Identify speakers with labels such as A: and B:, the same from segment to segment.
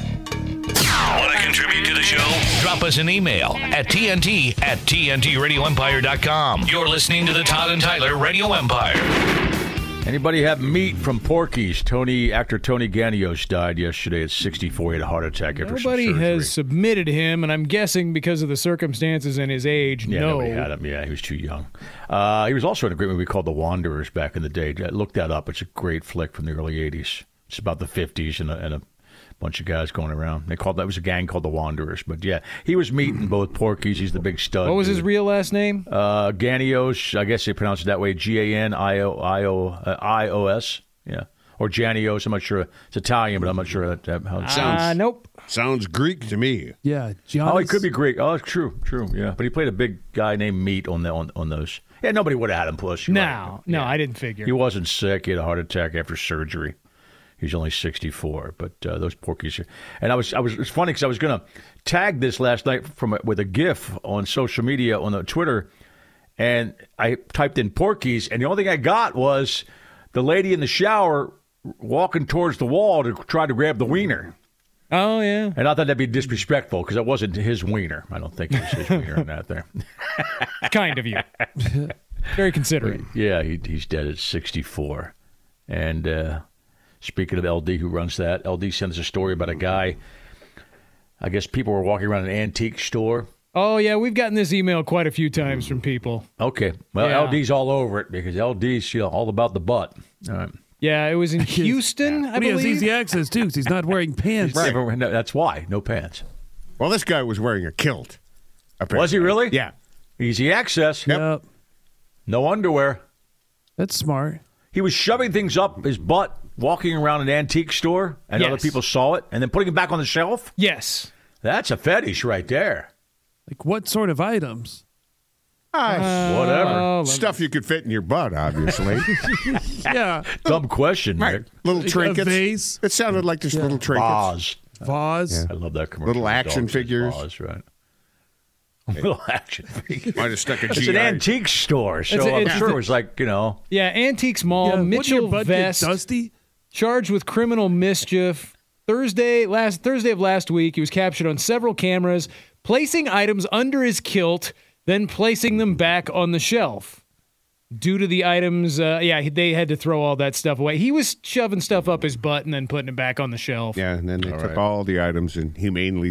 A: Want to contribute to the show? Drop us an email at TNT at TNTRadioEmpire.com. You're listening to the Todd and Tyler Radio Empire.
B: Anybody have meat from Porky's? Tony actor Tony Gaglios died yesterday at 64. He had a heart attack after some
C: Nobody
B: surgery.
C: has submitted him, and I'm guessing because of the circumstances and his age,
B: yeah,
C: no.
B: nobody had him. Yeah, he was too young. Uh, he was also in a great movie called The Wanderers back in the day. Uh, Look that up. It's a great flick from the early 80s. It's about the 50s and a, and a bunch of guys going around. They called that was a gang called The Wanderers. But yeah, he was meeting both Porky's. He's the big stud.
C: what was his
B: dude.
C: real last name?
B: Uh, Ganios, I guess they pronounce it that way. G A N I O I O uh, I O S. Yeah. Or Janios. I'm not sure. It's Italian, but I'm not sure that, that- how it sounds.
C: uh, nope.
D: Sounds Greek to me.
E: Yeah, Giannis.
B: Oh, he could be Greek. Oh, it's true, true. Yeah, but he played a big guy named Meat on the on, on those. Yeah, nobody would have had him. Plus, you're
C: No,
B: right.
C: no,
B: Yeah.
C: I didn't figure.
B: He wasn't sick. He had a heart attack after surgery. He's only 64, but uh, those porkies. Are... And I was, I was. It's funny because I was gonna tag this last night from a, with a GIF on social media on the Twitter, and I typed in porkies, and the only thing I got was the lady in the shower walking towards the wall to try to grab the wiener.
C: oh, yeah.
B: And I thought that'd be disrespectful because it wasn't his wiener. I don't think it was his wiener in that there.
C: kind of you. Very considerate.
B: Yeah, he, he's dead at 64. And uh, speaking of LD, who runs that, LD sends a story about a guy. I guess people were walking around an antique store.
C: Oh, yeah, we've gotten this email quite a few times from people.
B: Okay, well,
C: Yeah.
B: LD's all over it because LD's you know, all about the butt. All right.
C: Yeah, it was in Houston, I
E: But he
C: believe.
E: has easy access too, because he's not wearing pants.
B: Never- no, that's why no pants.
D: Well, this guy was wearing a kilt. Apparently.
B: Was he really?
D: Yeah.
B: Easy access.
E: Yep.
B: No underwear.
E: That's smart.
B: He was shoving things up his butt, walking around an antique store, and other
C: Yes.
B: people saw it, and then putting it back on the shelf.
C: Yes.
B: That's a fetish right there.
E: Like what sort of items?
B: Whatever.
C: Oh,
D: Ah, Stuff you could fit in your butt, obviously.
E: yeah,
B: Dumb question, Nick.
D: little
E: Like a
D: trinkets.
E: vase?
D: It sounded like just little
B: Vase.
D: trinkets.
E: vase.
B: I love that commercial.
D: Little
B: with dogs
D: action
B: and
D: figures.
B: Vase, right. Little action figures.
D: Might have stuck a
B: It's
D: GI.
B: an antique store, so
C: It's a-
B: i I'm
C: it's
B: sure
C: a-
B: it was like, you know,
C: yeah, Antiques Mall,
E: Yeah, wouldn't your
C: Mitchell
E: butt get
C: Vest,
E: dusty.
C: charged with criminal mischief. Thursday, last Thursday of last week, he was captured on several cameras, placing items under his kilt, then placing them back on the shelf. Due to the items, uh, yeah, they had to throw all that stuff away. He was shoving stuff up his butt and then putting it back on the shelf.
D: Yeah, and then they took all the items and humanely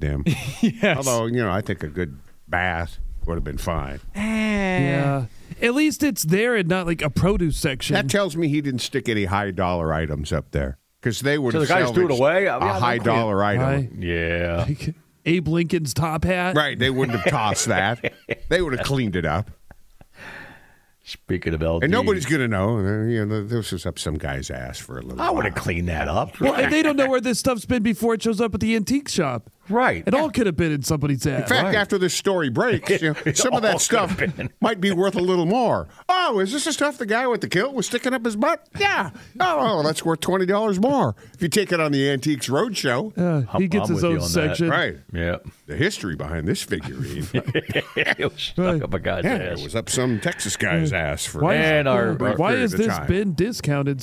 D: them.
C: Yes.
D: Although, you know, I think a good bath would have been fine.
E: Yeah. At least it's there and not like a produce section.
D: That tells me he didn't stick any high dollar items up there because they would
B: So
D: have
B: the guys threw it
D: salvaged
B: away?
D: a
B: Yeah, they're
D: high
B: clean.
D: dollar item.
E: Right.
B: yeah.
E: Like, Abe Lincoln's top hat.
D: Right, they wouldn't have tossed that. They would have cleaned it up,
B: Speaking of LD.
D: and nobody's gonna know. Uh, You know, this was up some guy's ass for a little.
B: I would have
D: while.
B: cleaned that up.
E: Well, and they don't know where this stuff's been before it shows up at the antique shop.
B: Right.
E: It all could have been in somebody's ass.
D: In fact, after this story breaks, you know, some of
B: all
D: that stuff
B: could've been.
D: might be worth a little more. Oh, is this the stuff the guy with the kilt was sticking up his butt? Yeah. Oh, well, that's worth twenty dollars more if you take it on the Antiques Roadshow.
E: Uh, he
B: I'm-
E: gets
B: I'm
E: his
B: with
E: own
B: you on that.
E: section.
D: right.
B: Yeah.
D: The history behind this figurine.
B: it was stuck up a guy's
D: yeah,
B: ass.
D: it was up some Texas guy's ass for
E: Why,
B: And our-
E: why
D: period
E: has
D: of
E: this
D: time.
E: been discounted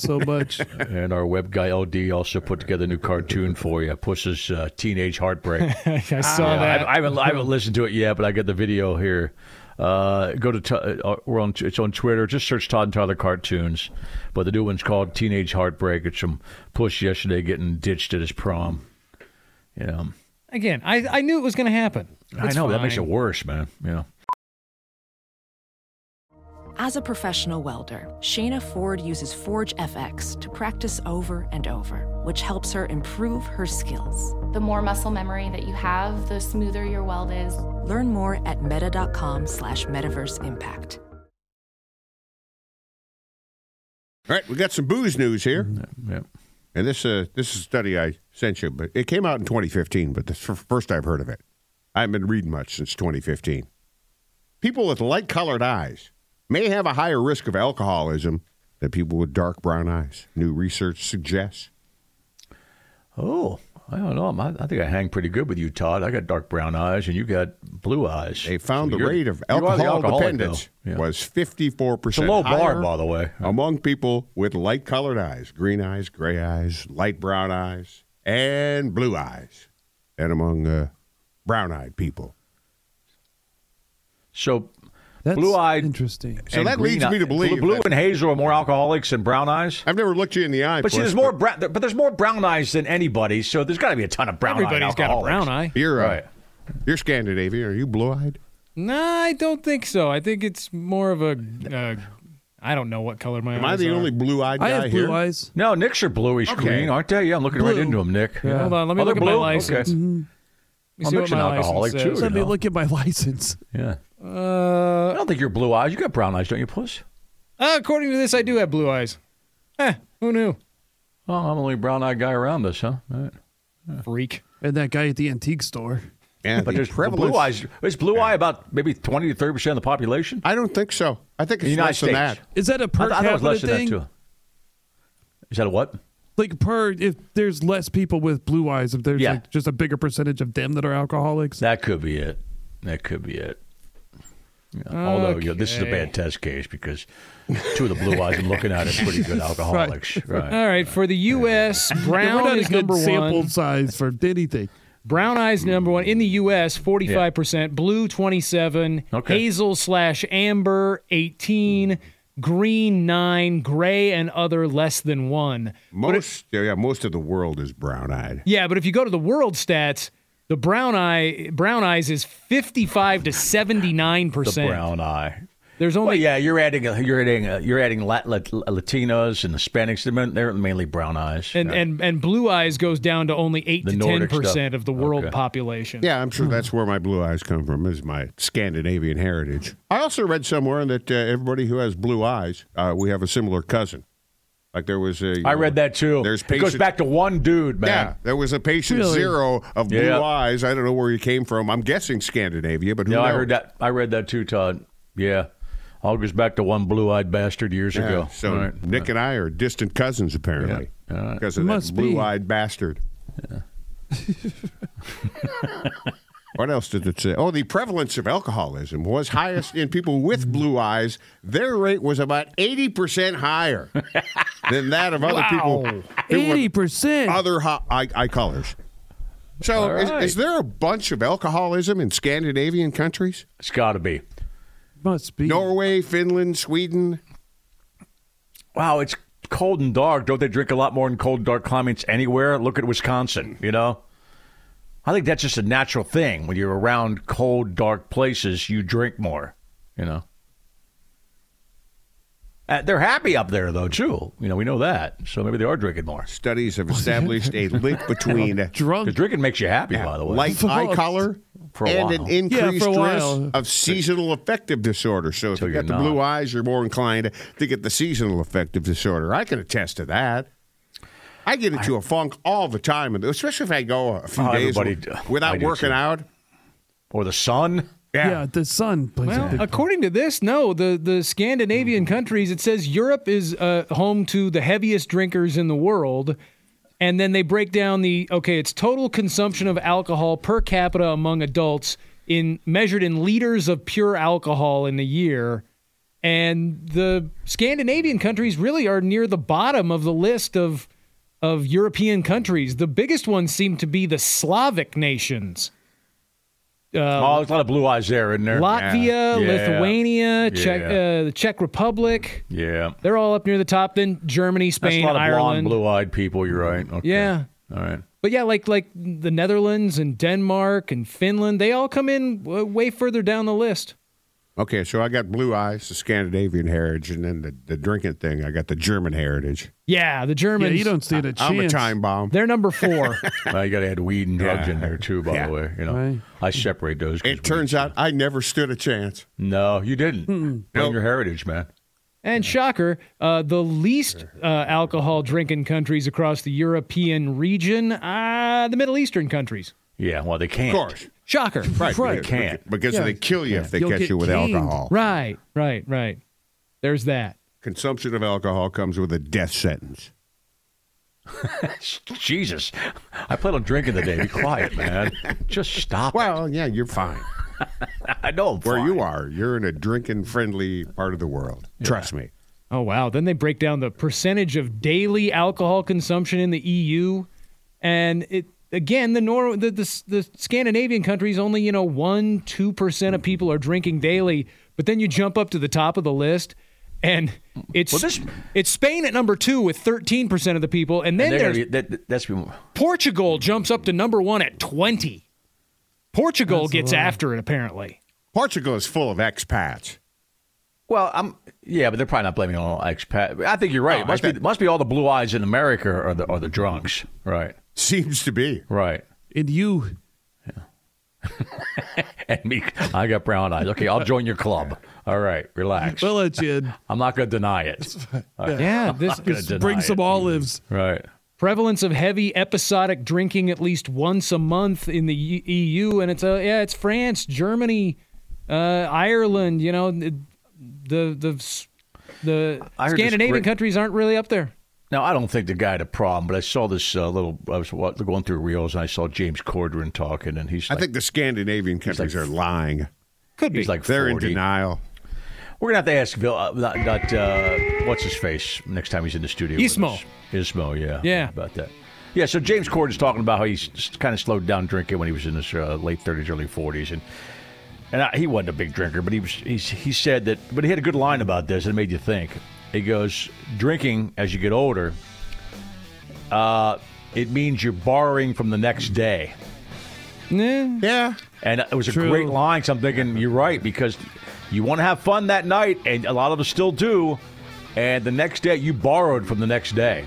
E: so much?
B: And our web guy LD also put together a new cartoon for you, Puss's uh, Teenage Heartbreak.
C: I
B: Yeah,
C: saw that.
B: I, I, haven't, I haven't listened to it yet, but I got the video here. Uh, go to t- uh, we're on it's on Twitter. Just search Todd and Tyler cartoons, but the new one's called Teenage Heartbreak. It's from Push yesterday getting ditched at his prom. You know,
C: Again, I, I knew it was going to happen.
B: I
C: It's
B: know that makes it
C: fine.
B: worse, man. You know,
F: As a professional welder, Shayna Ford uses Forge FX to practice over and over, which helps her improve her skills.
G: The more muscle memory that you have, the smoother your weld is.
F: Learn more at meta.com slash metaverse impact.
D: All right, we got some booze news here.
B: yeah.
D: And this uh, this is a study I sent you, but it came out in 2015. But this is the first I've heard of it. I haven't been reading much since 2015. People with light-colored eyes may have a higher risk of alcoholism than people with dark brown eyes. New research suggests.
B: Oh, I don't know. I'm- I, I think I hang pretty good with you, Todd. I got dark brown eyes, and you got blue eyes.
D: They found
B: So
D: the
B: you're-
D: rate of
B: you are the
D: alcohol
B: alcoholic,
D: dependence
B: though. Yeah.
D: was 54
B: It's a
D: percent.
B: low bar, by the way.
D: among people with light colored eyes, green eyes, gray eyes, light brown eyes, and blue eyes, and among uh, brown eyed people.
B: So
E: That's
B: Blue-eyed-
E: Interesting.
D: So
B: and
D: that
B: green
D: leads me
B: eye-
D: to believe.
B: blue, blue
D: that-
B: and hazel are more alcoholics than brown eyes.
D: I've never looked you in the eye.
B: But see,
D: Puss,
B: there's more brown, but there's more brown eyes than anybody. So there's got to be a ton of brown.
C: Everybody's
B: eyed
C: got a
B: alcoholics.
C: brown eye.
D: You're uh,
B: Right.
D: You're Scandinavian. Are you blue eyed?
C: No, I don't think so. I think it's more of a. Uh, I don't know what color my
D: Am I
C: eyes
D: the
C: are.
D: only blue eyed guy
E: I have blue
D: here?
E: eyes.
B: No, Nick's are bluish
D: Okay.
B: green, aren't they? Yeah, I'm looking right
E: Blue.
B: into them, Nick.
C: Yeah. Hold on, let me
B: Oh,
C: look
B: they're
C: at my
B: blue?
C: license.
B: Okay.
C: Let me
B: Well,
C: see
B: Nick's
C: what
B: an
C: my
B: alcoholic,
C: license
B: too. Let
C: says.
E: Let me
B: know.
E: look at my license.
B: Yeah. I
C: Uh,
B: don't think you're blue eyes. You got brown eyes, don't you, Puss?
C: according to this, I do have blue eyes. Eh, who knew?
B: Oh, I'm the only brown eyed guy around us, huh? All right.
C: Freak.
E: And that guy at the antique store.
D: And
B: But
D: the
B: there's
D: prevalence-
B: blue eyes. Is blue eye about maybe 20 to 30 percent of the population?
D: I don't think so. I think
B: In
D: it's
B: the United
D: less
B: States.
D: than that.
E: Is that a
B: I,
E: per
B: th- I thought it was
E: capita
B: less than
E: thing?
B: that too. Is that a what?
E: Like per if there's less people with blue eyes, if there's
B: Yeah.
E: like just a bigger percentage of them that are alcoholics.
B: That could be it. That could be it. Yeah, Although you know, this is a bad test case because two of the blue eyes I'm looking at are pretty good alcoholics. Right.
C: All right, for the U.S.,
E: Yeah, We're
C: brown
E: not
C: is
E: a good
C: number
E: sample
C: one.
E: size for anything.
C: Brown eyes number one in the U.S. Forty-five percent, blue twenty-seven,
B: Okay.
C: hazel slash amber eighteen, green nine, gray and other less than one.
D: Most yeah, yeah, most of the world is brown eyed.
C: Yeah, but if you go to the world stats, the brown eye brown eyes is fifty-five to seventy-nine
B: The
C: percent.
B: brown eye.
C: There's only
B: Well, yeah, you're adding you're adding you're adding Lat- Lat- Latinos and Hispanics. They're, main- they're mainly brown eyes.
C: and, and and blue eyes goes down to only eight
B: The
C: to ten
B: Nordic
C: percent
B: stuff.
C: of the world
B: Okay.
C: population.
D: Yeah, I'm sure
B: Hmm.
D: that's where my blue eyes come from, is my Scandinavian heritage. I also read somewhere that uh, everybody who has blue eyes, uh, we have a similar cousin. Like there was a.
B: I read that too.
D: There's
B: it goes
D: patient-
B: back to one dude,
D: Yeah,
B: man.
D: there was a patient zero of blue
B: Yeah.
D: eyes. I don't know where he came from. I'm guessing Scandinavia, but who
B: Yeah, I
D: knows?
B: heard that. I read that too, Todd. Yeah, all goes back to one blue-eyed bastard years
D: Yeah,
B: ago.
D: So
B: All right.
D: Nick and I are distant cousins, apparently, because of
E: Must
D: that
E: be.
D: blue-eyed bastard. what else did it say? Oh, the prevalence of alcoholism was highest in people with blue eyes. Their rate was about eighty percent higher than that of other people. who were
E: Eighty percent.
D: other ho- eye, eye colors. So,
B: All right.
D: is, is there a bunch of alcoholism in Scandinavian countries?
B: it's got to be.
E: Must be.
D: Norway, Finland, Sweden.
B: Wow, it's cold and dark. Don't they drink a lot more in cold, dark climates anywhere? Look at Wisconsin, you know? I think that's just a natural thing. When you're around cold, dark places, you drink more, you know? Uh, they're happy up there, though, too. You know, we know that. So maybe they are drinking more.
D: Studies have established a link between
E: drunk.
B: Because drinking makes you happy, by the way.
D: light eye color
B: For a
D: and
B: while.
D: an
E: Yeah,
D: increased
E: for a
D: risk
E: while.
D: of seasonal affective disorder. So, if
B: Till
D: you
B: you're
D: got the
B: not.
D: blue eyes, you're more inclined to get the seasonal affective disorder. I can attest to that. I get into a funk all the time, and especially if I go a few
B: Oh,
D: days
B: everybody-
D: wi-
B: I
D: without
B: do
D: working
B: too.
D: out.
B: Or the sun.
D: Yeah.
E: the sun plays a big
C: Well, according to this, no, the the Scandinavian countries. It says Europe is uh, home to the heaviest drinkers in the world, and then they break down the okay, it's total consumption of alcohol per capita among adults in measured in liters of pure alcohol in a year, and the Scandinavian countries really are near the bottom of the list of of European countries. The biggest ones seem to be the Slavic nations.
B: oh, there's a lot of blue eyes there, isn't there?
C: Uh, Latvia,
B: Yeah.
C: Lithuania,
B: Yeah.
C: Czech, uh, the Czech Republic.
B: Yeah.
C: They're all up near the top. Then Germany,
B: That's
C: Spain,
B: a lot of
C: Ireland.
B: blonde, blue-eyed people. You're right. Okay.
C: Yeah.
B: All right.
C: But yeah, like like the Netherlands and Denmark and Finland, they all come in w- way further down the list.
D: Okay, so I got blue eyes, the Scandinavian heritage, and then the, the drinking thing. I got the German heritage.
C: Yeah, the
E: Yeah,
C: Germans.
E: you don't stand a chance.
D: I'm a time bomb.
C: They're number four.
B: Now you got to add weed and drugs in there too. By
D: Yeah.
B: the way, you know,
E: Right.
B: I separate those. 'cause
D: It turns out I never stood a chance.
B: we- no, you didn't. Bring
D: Nope.
B: your heritage, man.
C: and shocker, uh, the least uh, alcohol drinking countries across the European region, uh, the Middle Eastern countries.
B: Yeah. Well, they can't.
D: Of course.
C: Shocker.
B: They can't.
D: Because they kill you if they
E: You'll
D: catch
E: get
D: you with
E: caned.
D: alcohol.
C: Right, right, right. There's that.
D: Consumption of alcohol comes with a death sentence.
B: Jesus, I plan on drinking today. Be quiet, man. Just stop. it.
D: Well, yeah, you're fine.
B: I know I'm
D: Where
B: fine.
D: you are, you're in a drinking friendly part of the world. Trust me.
C: Oh wow! Then they break down the percentage of daily alcohol consumption in the EU, and it again the Nor the the, the Scandinavian countries only you know one two percent of people are drinking daily, but then you jump up to the top of the list, and it's
B: Well, this-
C: it's Spain at number two with thirteen percent of the people, and then
B: They're gonna
C: there's
B: be- that- that- that's be-
C: Portugal jumps up to number one at twenty. Portugal gets after it apparently.
D: Portugal is full of expats.
B: well, I'm yeah, but they're probably not blaming it on expat. I think you're right.
D: No,
B: It must
D: Oh, I
B: be
D: think-
B: must be all the blue eyes in America are the are the drunks. Right.
D: Seems to be.
B: Right.
E: And you,
B: And me, I got brown eyes. Okay, I'll join your club. All right, relax.
E: we'll let you in.
B: I'm not going to deny it.
C: Yeah, this
B: I'm gonna deny
E: Bring
B: it.
E: some olives.
B: Right.
C: prevalence of heavy episodic drinking at least once a month in the E- EU, and it's uh, yeah, it's France, Germany, uh, Ireland. You know, the the the, s- the
B: I heard this
C: Scandinavian
B: great-
C: countries aren't really up there.
B: Now, I don't think the guy had a problem, but I saw this uh, little. I was wa- going through reels and I saw James Corden talking, and he's
D: I
B: like,
D: think the Scandinavian countries are lying.
C: Could be.
B: he's like
D: They're
B: 40.
D: in denial.
B: We're going to have to ask Bill, uh, not, not, uh, what's his face, next time he's in the studio. with
C: Ismo.
B: us. Ismo, yeah.
C: Yeah.
B: About that. Yeah, so James Corden's talking about how he's kind of slowed down drinking when he was in his uh, late 30s, early 40s. And and I, he wasn't a big drinker, but he was. He's, he said that, but he had a good line about this, and it made you think. He goes, "Drinking as you get older, uh, it means you're borrowing from the next day."
C: Nah.
D: Yeah.
B: And it was a great line. So I'm thinking, you're right because you want to have fun that night, and a lot of us still do. And the next day, you borrowed from the next day,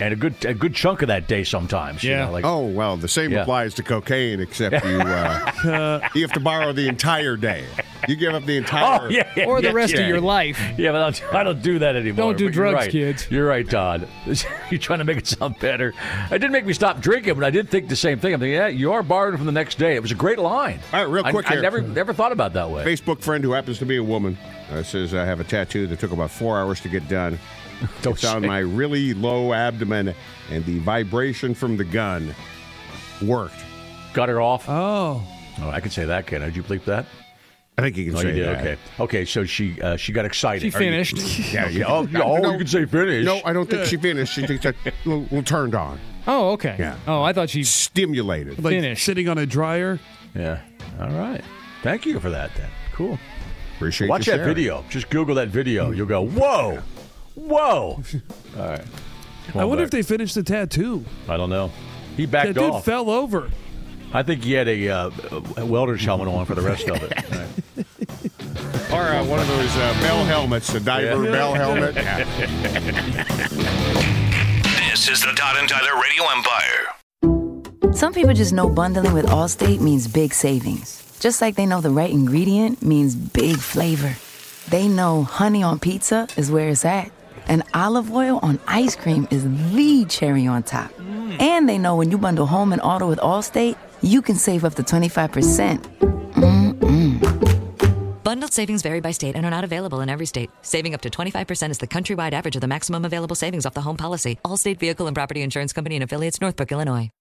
B: and a good a good chunk of that day sometimes. you
C: Yeah.
B: know, like
D: Oh, well, the same
B: Yeah.
D: applies to cocaine, except you uh, you have to borrow the entire day. You give up the entire.
B: Oh, yeah, yeah,
C: Or the
B: yeah,
C: rest
B: yeah.
C: of your life.
B: Yeah, but I don't, I don't do that anymore.
C: Don't do
B: But you're
C: drugs,
B: right.
C: kids.
B: You're right, Todd. you're trying to make it sound better. It didn't make me stop drinking, but I did think the same thing. I'm thinking, yeah, you are borrowing from the next day. It was a great line.
D: All right, real
B: I-
D: quick
B: I,
D: here.
B: never never thought about it that way.
D: Facebook friend who happens to be a woman uh, says I have a tattoo that took about four hours to get done.
B: Don't
D: It's on
B: say-
D: my really low abdomen, and the vibration from the gun worked.
B: Got her off.
E: Oh,
B: oh, I can say that. Can I? Did you bleep that?
D: I think you can
B: No,
D: say
B: Oh, you did.
D: that.
B: Okay. Okay. So she uh, she got excited.
C: She
B: Are you-
C: finished.
D: Yeah. You,
B: oh, yeah, oh,
D: No,
B: you can say finished.
D: No, I don't think she finished. She thinks that little, little turned on,
C: oh, okay.
D: Yeah.
C: Oh, I thought she.
D: stimulated.
E: like
C: Finish.
E: sitting on a dryer.
B: yeah. All right. Thank you for that. Then. Cool.
D: Appreciate
B: Watch
D: you
B: that
D: sharing.
B: video. Just Google that video. You'll go, whoa, whoa. All right. Come
E: I
B: on
E: wonder
B: back.
E: if they finished the tattoo.
B: I don't know. He
E: That
B: backed
E: dude
B: off.
E: fell over.
B: I think he had a, uh, a welder's helmet on for the rest of it. All right.
D: Or uh, one of those uh, bell helmets, the diver
B: Yeah.
D: bell helmet. Yeah.
A: This is the Todd and Tyler Radio Empire.
H: Some people just know bundling with Allstate means big savings. Just like they know the right ingredient means big flavor. They know honey on pizza is where it's at,
E: And olive oil on ice cream is the cherry on top. And they know when you bundle home and auto with Allstate, you can save up to 25%.
I: Bundled savings vary by state and are not available in every state. Saving up to 25% is the countrywide average of the maximum available savings off the home policy. Allstate Vehicle and Property Insurance Company and affiliates, Northbrook, Illinois.